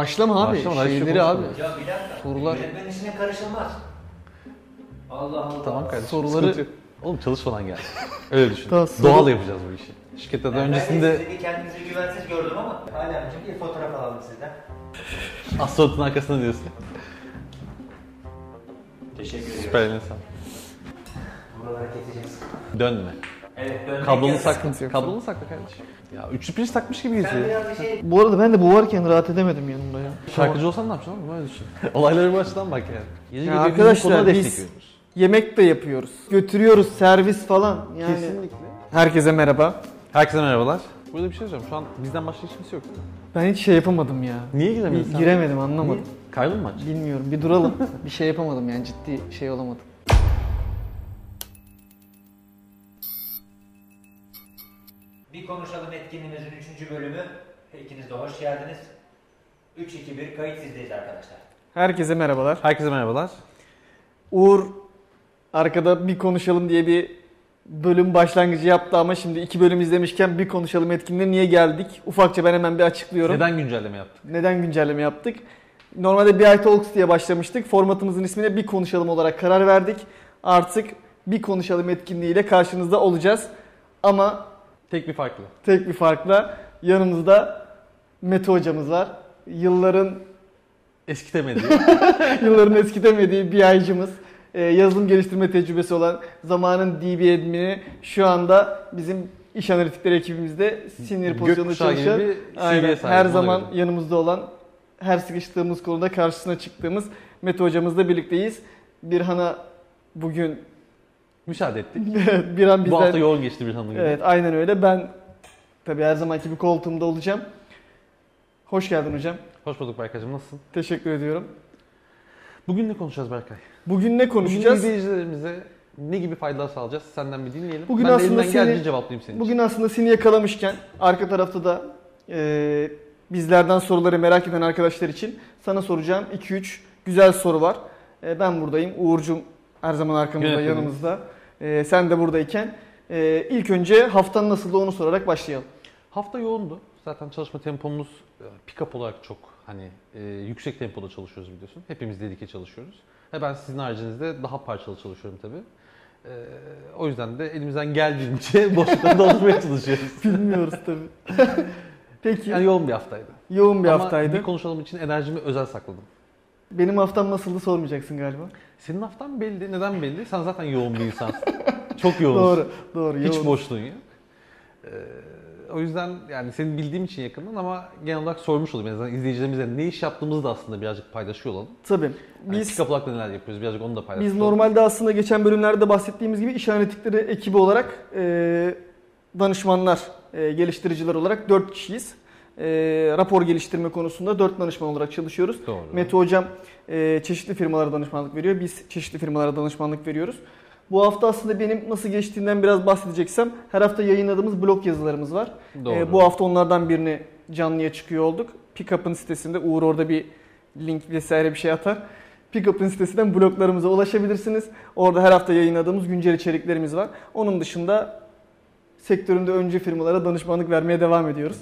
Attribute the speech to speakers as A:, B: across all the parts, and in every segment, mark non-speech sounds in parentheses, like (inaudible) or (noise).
A: Başlama abi.
B: Başlama, lan,
A: şeyleri
B: şu
A: abi.
B: konuşma.
C: Ya bir dakika.
A: Sorular-
C: Yönetmenin işine karışılmaz. Allah Allah.
B: Tamam kardeşim.
A: Soruları-
B: sıkıntı yok. Oğlum çalışmadan gel. (laughs) Öyle düşün.
A: Tamam, soru-
B: Doğal yapacağız bu işi. Şirkette de
C: Yani Ben de
B: öncesinde
C: sizi kendinize güvensiz gördüm ama. Hala bir fotoğraf alalım sizden.
B: astronotun arkasında diyorsun.
C: Teşekkür ediyorum.
B: Süper eline sağlık.
C: Buraları keseceğiz.
B: Dönme.
C: Evet dönmek
B: Kablonu
C: yasak.
A: Sıkıntı
B: sakla.
A: yok.
B: Kablonu sakla kardeşim. Ya üçlü pirinç takmış gibi
C: Sen
B: geziyor.
C: biraz bir şey
A: Bu arada ben de bu varken rahat edemedim yanımda ya.
B: Şarkıcı olsan ne yapacaksın oğlum? Öyle düşün. (laughs) Olaylara bu açıdan bak yani. Gece
A: Ya
B: gece
A: arkadaşlar,
B: konuda
A: biz-
B: destekliyoruz.
A: Yemek de yapıyoruz. Götürüyoruz servis falan. Yani
B: Kesinlikle.
A: herkese merhaba.
B: Herkese merhabalar. Burada bir şey söyleyeceğim. Şu an bizden başka hiç kimse yok değil mi?
A: Ben hiç şey yapamadım ya.
B: Niye
A: Bir
B: giremiyorsun? sen?
A: giremedim anlamadım.
B: Niye? Kaydın mı maç?
A: Bilmiyorum bir duralım. (laughs) bir şey yapamadım yani ciddi şey olamadım.
C: bir konuşalım etkinliğimizin 3. bölümü. İkiniz de hoş geldiniz. 3-2-1 kayıt sizdeyiz arkadaşlar.
A: Herkese merhabalar.
B: Herkese merhabalar.
A: Uğur arkada bir konuşalım diye bir bölüm başlangıcı yaptı ama şimdi iki bölüm izlemişken bir konuşalım etkinliğine niye geldik? Ufakça ben hemen bir açıklıyorum.
B: Neden güncelleme yaptın?
A: Neden güncelleme yaptık? Normalde bir ay Talks diye başlamıştık. Formatımızın ismine bir konuşalım olarak karar verdik. Artık bir konuşalım etkinliğiyle karşınızda olacağız. Ama
B: Tek bir farklı.
A: tek bir farkla yanımızda Mete hocamız var. Yılların
B: Eski temeli. (laughs)
A: yılların eskitemediği bir aycımız. Ee, yazılım geliştirme tecrübesi olan zamanın DB admini şu anda bizim iş analitikleri ekibimizde senior pozisyonda
B: Gökkuşağı gibi
A: çalışan
B: bir CV'ye
A: aynen,
B: sahip,
A: her
B: ona
A: zaman
B: göre.
A: yanımızda olan her sıkıştığımız konuda karşısına çıktığımız Mete hocamızla birlikteyiz. Birhan'a bugün (laughs)
B: Müsaade ettik.
A: bir an
B: Bu hafta
A: bizden
B: yoğun geçti bir hanım gibi.
A: Evet aynen öyle. Ben tabii her zamanki bir koltuğumda olacağım. Hoş geldin hocam.
B: Hoş bulduk Berkay'cığım. Nasılsın?
A: Teşekkür ediyorum.
B: Bugün ne konuşacağız Berkay?
A: Bugün ne konuşacağız?
B: Bugün izleyicilerimize ne gibi faydalar sağlayacağız? Senden bir dinleyelim.
A: Bugün
B: ben
A: aslında
B: de elimden
A: seni-
B: geldiğince cevaplayayım senin için.
A: Bugün aslında seni yakalamışken arka tarafta da e, bizlerden soruları merak eden arkadaşlar için sana soracağım 2-3 güzel soru var. E, ben buradayım. Uğur'cum her zaman arkamızda
B: Yönetmenimiz.
A: yanımızda. E, sen de buradayken e, ilk önce haftan nasıldı onu sorarak başlayalım.
B: Hafta yoğundu. Zaten çalışma tempomuz e, pick-up olarak çok hani e, yüksek tempoda çalışıyoruz biliyorsun. Hepimiz dedike çalışıyoruz. Ha, ben sizin haricinizde daha parçalı çalışıyorum tabii. E, o yüzden de elimizden geldiğince (laughs) boşlukları doldurmaya çalışıyoruz.
A: Bilmiyoruz tabii. (laughs) Peki
B: Yani yoğun bir haftaydı.
A: yoğun bir
B: Ama
A: haftaydı.
B: bir konuşalım için enerjimi özel sakladım.
A: Benim haftam nasıldı sormayacaksın galiba.
B: Senin haftan belli. Neden belli? Sen zaten yoğun bir insansın.
A: (laughs)
B: Çok yoğunsun.
A: Doğru, doğru.
B: Hiç
A: yoğun.
B: boşluğun yok. Ee, o yüzden yani seni bildiğim için yakından ama genel olarak sormuş olayım. En azından izleyicilerimize ne iş yaptığımızı da aslında birazcık paylaşıyor olalım.
A: Tabii.
B: Biz, yani
A: Biz
B: pick-up olarak da neler yapıyoruz birazcık onu da paylaşalım.
A: Biz normalde aslında geçen bölümlerde bahsettiğimiz gibi iş analitikleri ekibi olarak e, danışmanlar, e, geliştiriciler olarak 4 kişiyiz. E, rapor geliştirme konusunda 4 danışman olarak çalışıyoruz.
B: Doğru.
A: Mete Hocam e, çeşitli firmalara danışmanlık veriyor. Biz çeşitli firmalara danışmanlık veriyoruz. Bu hafta aslında benim nasıl geçtiğinden biraz bahsedeceksem her hafta yayınladığımız blog yazılarımız var.
B: Doğru.
A: E, bu hafta onlardan birini canlıya çıkıyor olduk. Pickup'ın sitesinde Uğur orada bir link vesaire bir şey atar. Pickup'ın sitesinden bloglarımıza ulaşabilirsiniz. Orada her hafta yayınladığımız güncel içeriklerimiz var. Onun dışında sektöründe önce firmalara danışmanlık vermeye devam ediyoruz.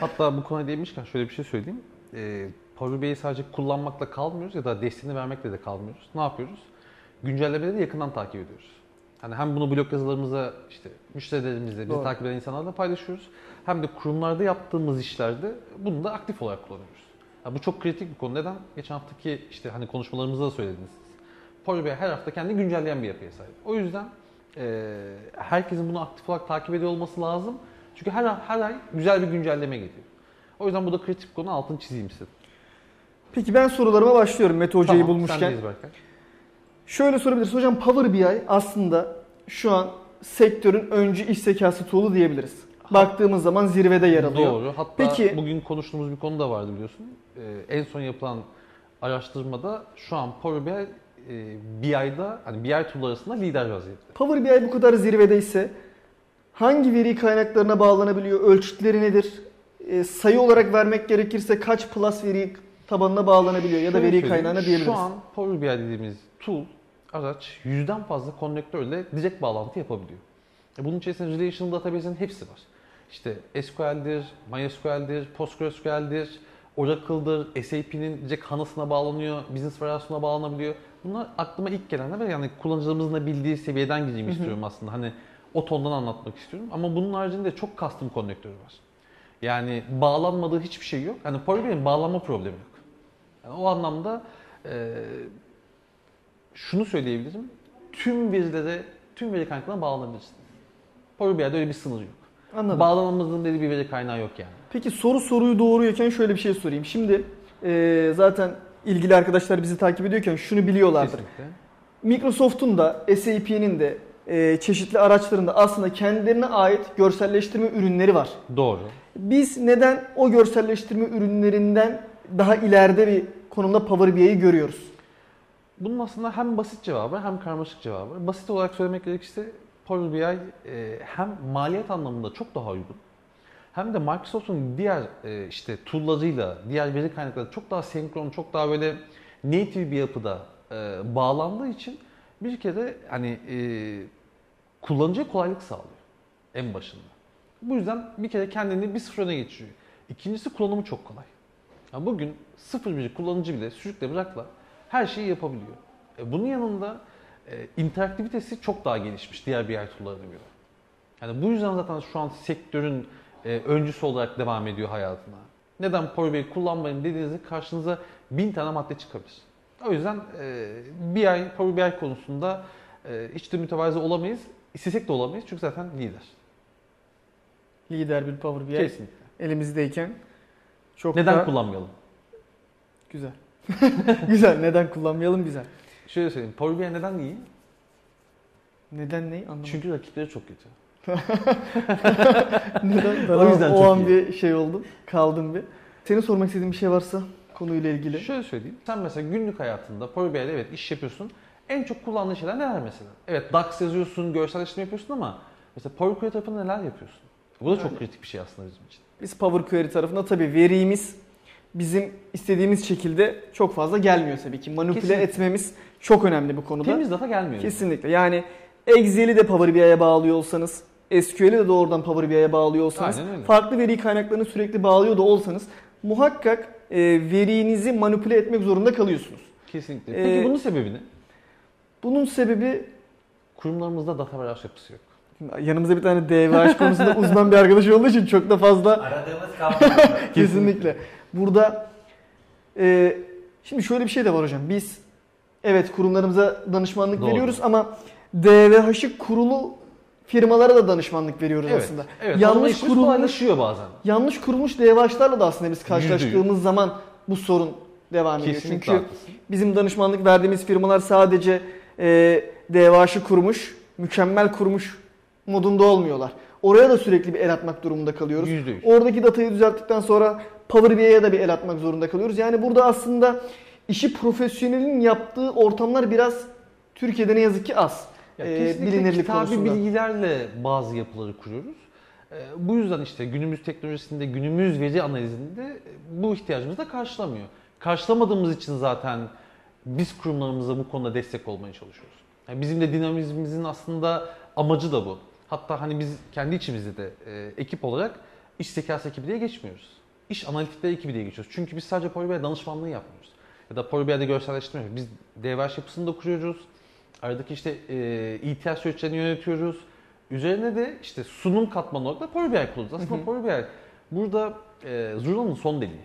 B: Hatta bu konuya değinmişken şöyle bir şey söyleyeyim. Ee, Power BI'yi sadece kullanmakla kalmıyoruz ya da desteğini vermekle de kalmıyoruz. Ne yapıyoruz? Güncellemeleri yakından takip ediyoruz. Hani hem bunu blog yazılarımıza işte müşterilerimizle, bizi
A: Doğru.
B: takip eden insanlarla paylaşıyoruz. Hem de kurumlarda yaptığımız işlerde bunu da aktif olarak kullanıyoruz. Ya bu çok kritik bir konu. Neden? Geçen haftaki işte hani konuşmalarımızda da söylediniz siz. Power BI her hafta kendini güncelleyen bir yapıya sahip. O yüzden e, herkesin bunu aktif olarak takip ediyor olması lazım. Çünkü her, her ay güzel bir güncelleme geliyor. O yüzden bu da kritik bir konu altını çizeyim istedim.
A: Peki ben sorularıma başlıyorum Mete Hoca'yı
B: Tamam,
A: bulmuşken.
B: sendeyiz Berkay.
A: Şöyle sorabiliriz. Hocam Power BI aslında şu an sektörün öncü iş zekası tool'u diyebiliriz. Baktığımız zaman zirvede yer alıyor.
B: Doğru. Hatta
A: Peki-
B: bugün konuştuğumuz bir konu da vardı biliyorsun. Ee, en son yapılan araştırmada şu an Power BI e, BI'da hani BI tool arasında lider vaziyette.
A: Power BI bu kadar zirvedeyse hangi veri kaynaklarına bağlanabiliyor? Ölçütleri nedir? E, sayı olarak vermek gerekirse kaç plus veri tabanına bağlanabiliyor ya da
B: Şöyle
A: veri
B: söyleyeyim,
A: kaynağına diyebiliriz.
B: Şu an Power BI dediğimiz tool araç yüzden fazla konnektörle direkt bağlantı yapabiliyor. E, Bunun içerisinde relational database'in hepsi var. İşte SQL'dir, MySQL'dir, PostgreSQL'dir, Oracle'dır, SAP'nin Jack HANA'sına bağlanıyor, Business Variation'a bağlanabiliyor. Bunlar aklıma ilk gelenler ve yani kullanıcılarımızın da bildiği seviyeden gideyim istiyorum aslında. Hani o tondan anlatmak istiyorum ama bunun haricinde çok custom konnektörü var. Yani bağlanmadığı hiçbir şey yok. Hani Power BI'nin bağlanma problemi yok. Yani o anlamda e, şunu söyleyebilirim. Tüm verilere, tüm veri kaynaklarına bağlanabilirsiniz. Power BI'de öyle bir sınır yok.
A: Anladım.
B: Bağlanamazlığın dediği bir veri kaynağı yok yani.
A: Peki soru soruyu doğuruyorken şöyle bir şey sorayım. Şimdi e, zaten ilgili arkadaşlar bizi takip ediyorken şunu biliyorlardır.
B: Kesinlikle.
A: Microsoft'un da SAP'nin de e, çeşitli araçlarında aslında kendilerine ait görselleştirme ürünleri var.
B: Doğru.
A: Biz neden o görselleştirme ürünlerinden daha ileride bir konumda Power BI'yi görüyoruz?
B: Bunun aslında hem basit cevabı var, hem karmaşık cevabı. var. Basit olarak söylemek gerekirse Power BI e, hem maliyet anlamında çok daha uygun hem de Microsoft'un diğer e, işte tool'larıyla, diğer veri kaynakları çok daha senkron, çok daha böyle native bir yapıda e, bağlandığı için bir kere hani e, kullanıcıya kolaylık sağlıyor en başında. Bu yüzden bir kere kendini bir sıfır öne geçiriyor. İkincisi kullanımı çok kolay. Yani bugün sıfır bir kullanıcı bile sürükle bırakla her şeyi yapabiliyor. E, bunun yanında e, interaktivitesi çok daha gelişmiş diğer BI tool'larına göre. Yani bu yüzden zaten şu an sektörün e, öncüsü olarak devam ediyor hayatına. Neden Power BI kullanmayın dediğinizde karşınıza bin tane madde çıkabilir. O yüzden e, BI, Power BI konusunda e, hiç de mütevazı olamayız. İstesek de olamayız çünkü zaten lider.
A: Lider bir Power BI
B: Kesinlikle.
A: elimizdeyken çok
B: Neden
A: da-
B: kullanmayalım?
A: Güzel. (laughs) güzel. Neden kullanmayalım güzel.
B: Şöyle söyleyeyim. Power BI neden iyi?
A: Neden neyi anlamadım.
B: Çünkü rakipleri çok kötü.
A: (laughs) Neden?
B: (laughs) O yüzden
A: o
B: çok
A: an
B: iyi.
A: bir şey oldum. Kaldım bir. Senin sormak istediğin bir şey varsa konuyla ilgili.
B: Şöyle söyleyeyim. Sen mesela günlük hayatında Power BI'de evet iş yapıyorsun. En çok kullandığın şeyler neler mesela? Evet DAX yazıyorsun, görselleştirme yapıyorsun ama mesela Power Query tarafında neler yapıyorsun? Bu da çok kritik bir şey aslında bizim için.
A: Biz Power Query tarafında tabii verimiz bizim istediğimiz şekilde çok fazla gelmiyor tabii ki. Manipüle
B: Kesinlikle.
A: etmemiz çok önemli bu konuda.
B: Temiz data gelmiyor.
A: Kesinlikle. Yani Excel'i de Power BI'ye bağlıyor olsanız, SQL'i de doğrudan Power BI'ye bağlıyor olsanız,
B: Aynen öyle.
A: farklı veri kaynaklarını sürekli bağlıyor da olsanız muhakkak e, verinizi manipüle etmek zorunda kalıyorsunuz.
B: Kesinlikle. Peki
A: Ee,
B: bunun sebebi ne?
A: Bunun sebebi
B: Kurumlarımızda data warehouse yapısı yok.
A: yanımızda bir tane DVH
B: (laughs)
A: konusunda uzman bir arkadaş olduğu için çok da fazla
C: Aradığımız kavram.
A: (laughs) Kesinlikle. Burada e, şimdi şöyle bir şey de var hocam. Biz evet kurumlarımıza danışmanlık
B: Doğru.
A: veriyoruz ama DVH'ı kurulu firmalara da danışmanlık veriyoruz
B: Evet.
A: aslında.
B: evet. Yanlış
A: yanlış
B: işimiz
A: kurulmuş
B: kolaylaşıyor bazen.
A: yanlış kurulmuş DVH'larla da aslında biz
B: Yüzde
A: karşılaştığımız zaman bu sorun devam ediyor.
B: Kesinlikle
A: Çünkü
B: haklısın.
A: bizim danışmanlık verdiğimiz firmalar sadece e, DVH'ı kurmuş, mükemmel kurmuş modunda olmuyorlar. Oraya da sürekli bir el atmak durumunda kalıyoruz.
B: Yüzde yüz.
A: Oradaki datayı düzelttikten sonra Power BI'ye de bir el atmak zorunda kalıyoruz. Yani burada aslında işi profesyonelin yaptığı ortamlar biraz Türkiye'de ne yazık ki az.
B: Ya
A: Ee,
B: kesinlikle
A: bilinirlik
B: kitabi
A: konusunda.
B: bilgilerle bazı yapıları kuruyoruz. Ee, Bu yüzden işte günümüz teknolojisinde, günümüz veri analizinde e, bu ihtiyacımızı da karşılamıyor. Karşılamadığımız için zaten biz kurumlarımıza bu konuda destek olmaya çalışıyoruz. Yani bizim de dinamizmimizin aslında amacı da bu. Hatta hani biz kendi içimizde de e, ekip olarak iş zekası ekibi diye geçmiyoruz. İş analitikleri ekibi diye geçiyoruz. Çünkü biz sadece Power BI danışmanlığı yapmıyoruz. Ya da Power BI'de görselleştirme yapıyoruz. Biz DevOps yapısını da kuruyoruz. Aradaki işte e, ihtiyaç süreçlerini yönetiyoruz. Üzerine de işte sunum katmanı olarak da Power BI kullanıyoruz. Aslında Power BI burada e, Zurna'nın son deliği.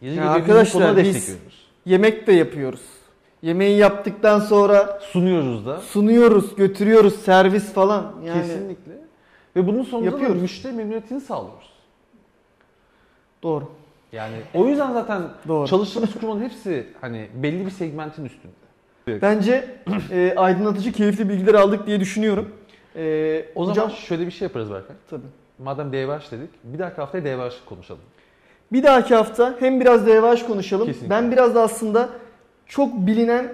B: Yeri
A: Ya
B: geliyor bizim
A: arkadaşlar
B: konuda
A: biz-
B: destekliyoruz.
A: Yemek de yapıyoruz. Yemeği yaptıktan sonra
B: Sunuyoruz da.
A: sunuyoruz, götürüyoruz, servis falan. Yani
B: Kesinlikle. Ve bunun sonucunda da
A: Yapıyoruz.
B: müşteri memnuniyetini sağlıyoruz.
A: doğru.
B: Yani o yüzden zaten
A: Doğru.
B: çalıştığımız kurumun hepsi hani belli bir segmentin üstünde.
A: Bence e, aydınlatıcı, keyifli bilgiler aldık diye düşünüyorum. E,
B: O
A: hocam-
B: zaman şöyle bir şey yaparız Berkay.
A: tabii.
B: Madem DVH dedik, bir dahaki haftaya DVH konuşalım.
A: Bir dahaki hafta hem biraz DVH konuşalım.
B: Kesinlikle.
A: Ben biraz da aslında çok bilinen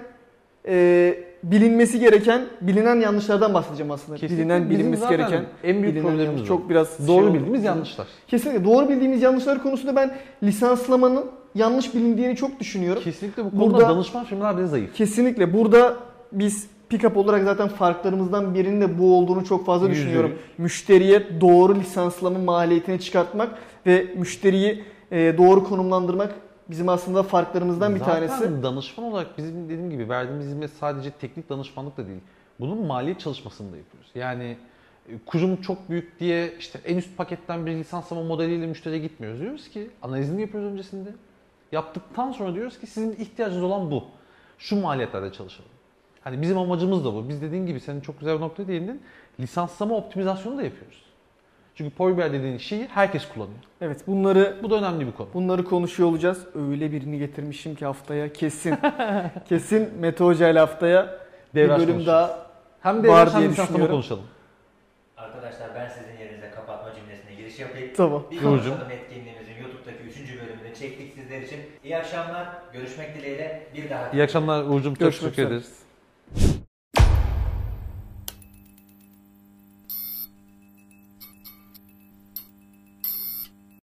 A: e, bilinmesi gereken, bilinen yanlışlardan bahsedeceğim aslında.
B: Kesinlikle.
A: Bilinen,
B: Bizim
A: bilinmesi
B: zaten
A: gereken
B: en büyük
A: bilinen
B: problemimiz
A: yanlış.
B: o.
A: çok biraz şey
B: Doğru
A: oldu.
B: bildiğimiz yanlışlar.
A: Kesinlikle doğru bildiğimiz yanlışlar konusunda ben lisanslamanın yanlış bilindiğini çok düşünüyorum.
B: Kesinlikle bu konuda
A: Burada-
B: danışman firmalar bile zayıf.
A: Kesinlikle burada biz pick-up olarak zaten farklarımızdan birinin de bu olduğunu çok fazla
B: Yüzde
A: düşünüyorum. Müşteriye doğru lisanslama maliyetini çıkartmak ve müşteriyi e, e, doğru konumlandırmak bizim aslında farklarımızdan bir
B: Zaten
A: tanesi.
B: danışman olarak bizim dediğim gibi verdiğimiz hizmet sadece teknik danışmanlık da değil. Bunun maliyet çalışmasını da yapıyoruz. Yani e, kurum çok büyük diye işte en üst paketten bir lisanslama modeliyle müşteriye gitmiyoruz. Diyoruz ki analizini yapıyoruz öncesinde. Yaptıktan sonra diyoruz ki sizin ihtiyacınız olan bu. Şu maliyetlerde çalışalım. Hani bizim amacımız da bu. Biz dediğin gibi senin çok güzel bir noktaya değindin. Lisanslama optimizasyonu da yapıyoruz. Çünkü Power BI dediğin şeyi herkes kullanıyor.
A: Evet bunları
B: Bu da önemli bir konu.
A: bunları konuşuyor olacağız. Öyle birini getirmişim ki haftaya
B: (laughs)
A: kesin. kesin Mete Hoca ile haftaya bir
B: Devraç
A: bölüm
B: konuşacağız.
A: daha
B: Hem de
A: var
B: hem
A: diye
B: lisanslama
A: düşünüyorum.
B: konuşalım.
C: Arkadaşlar ben sizin yerinize kapatma cümlesine giriş yapayım.
A: tamam.
C: Bir
B: Kıvırcım.
C: konuşalım etkinliğimizin YouTube'daki 3. bölümünü çektik sizler için. İyi akşamlar. Görüşmek dileğiyle. Bir daha.
B: İyi akşamlar Uğur'cum. Çok
A: Görüşmek
B: teşekkür
A: üzere.
B: ederiz.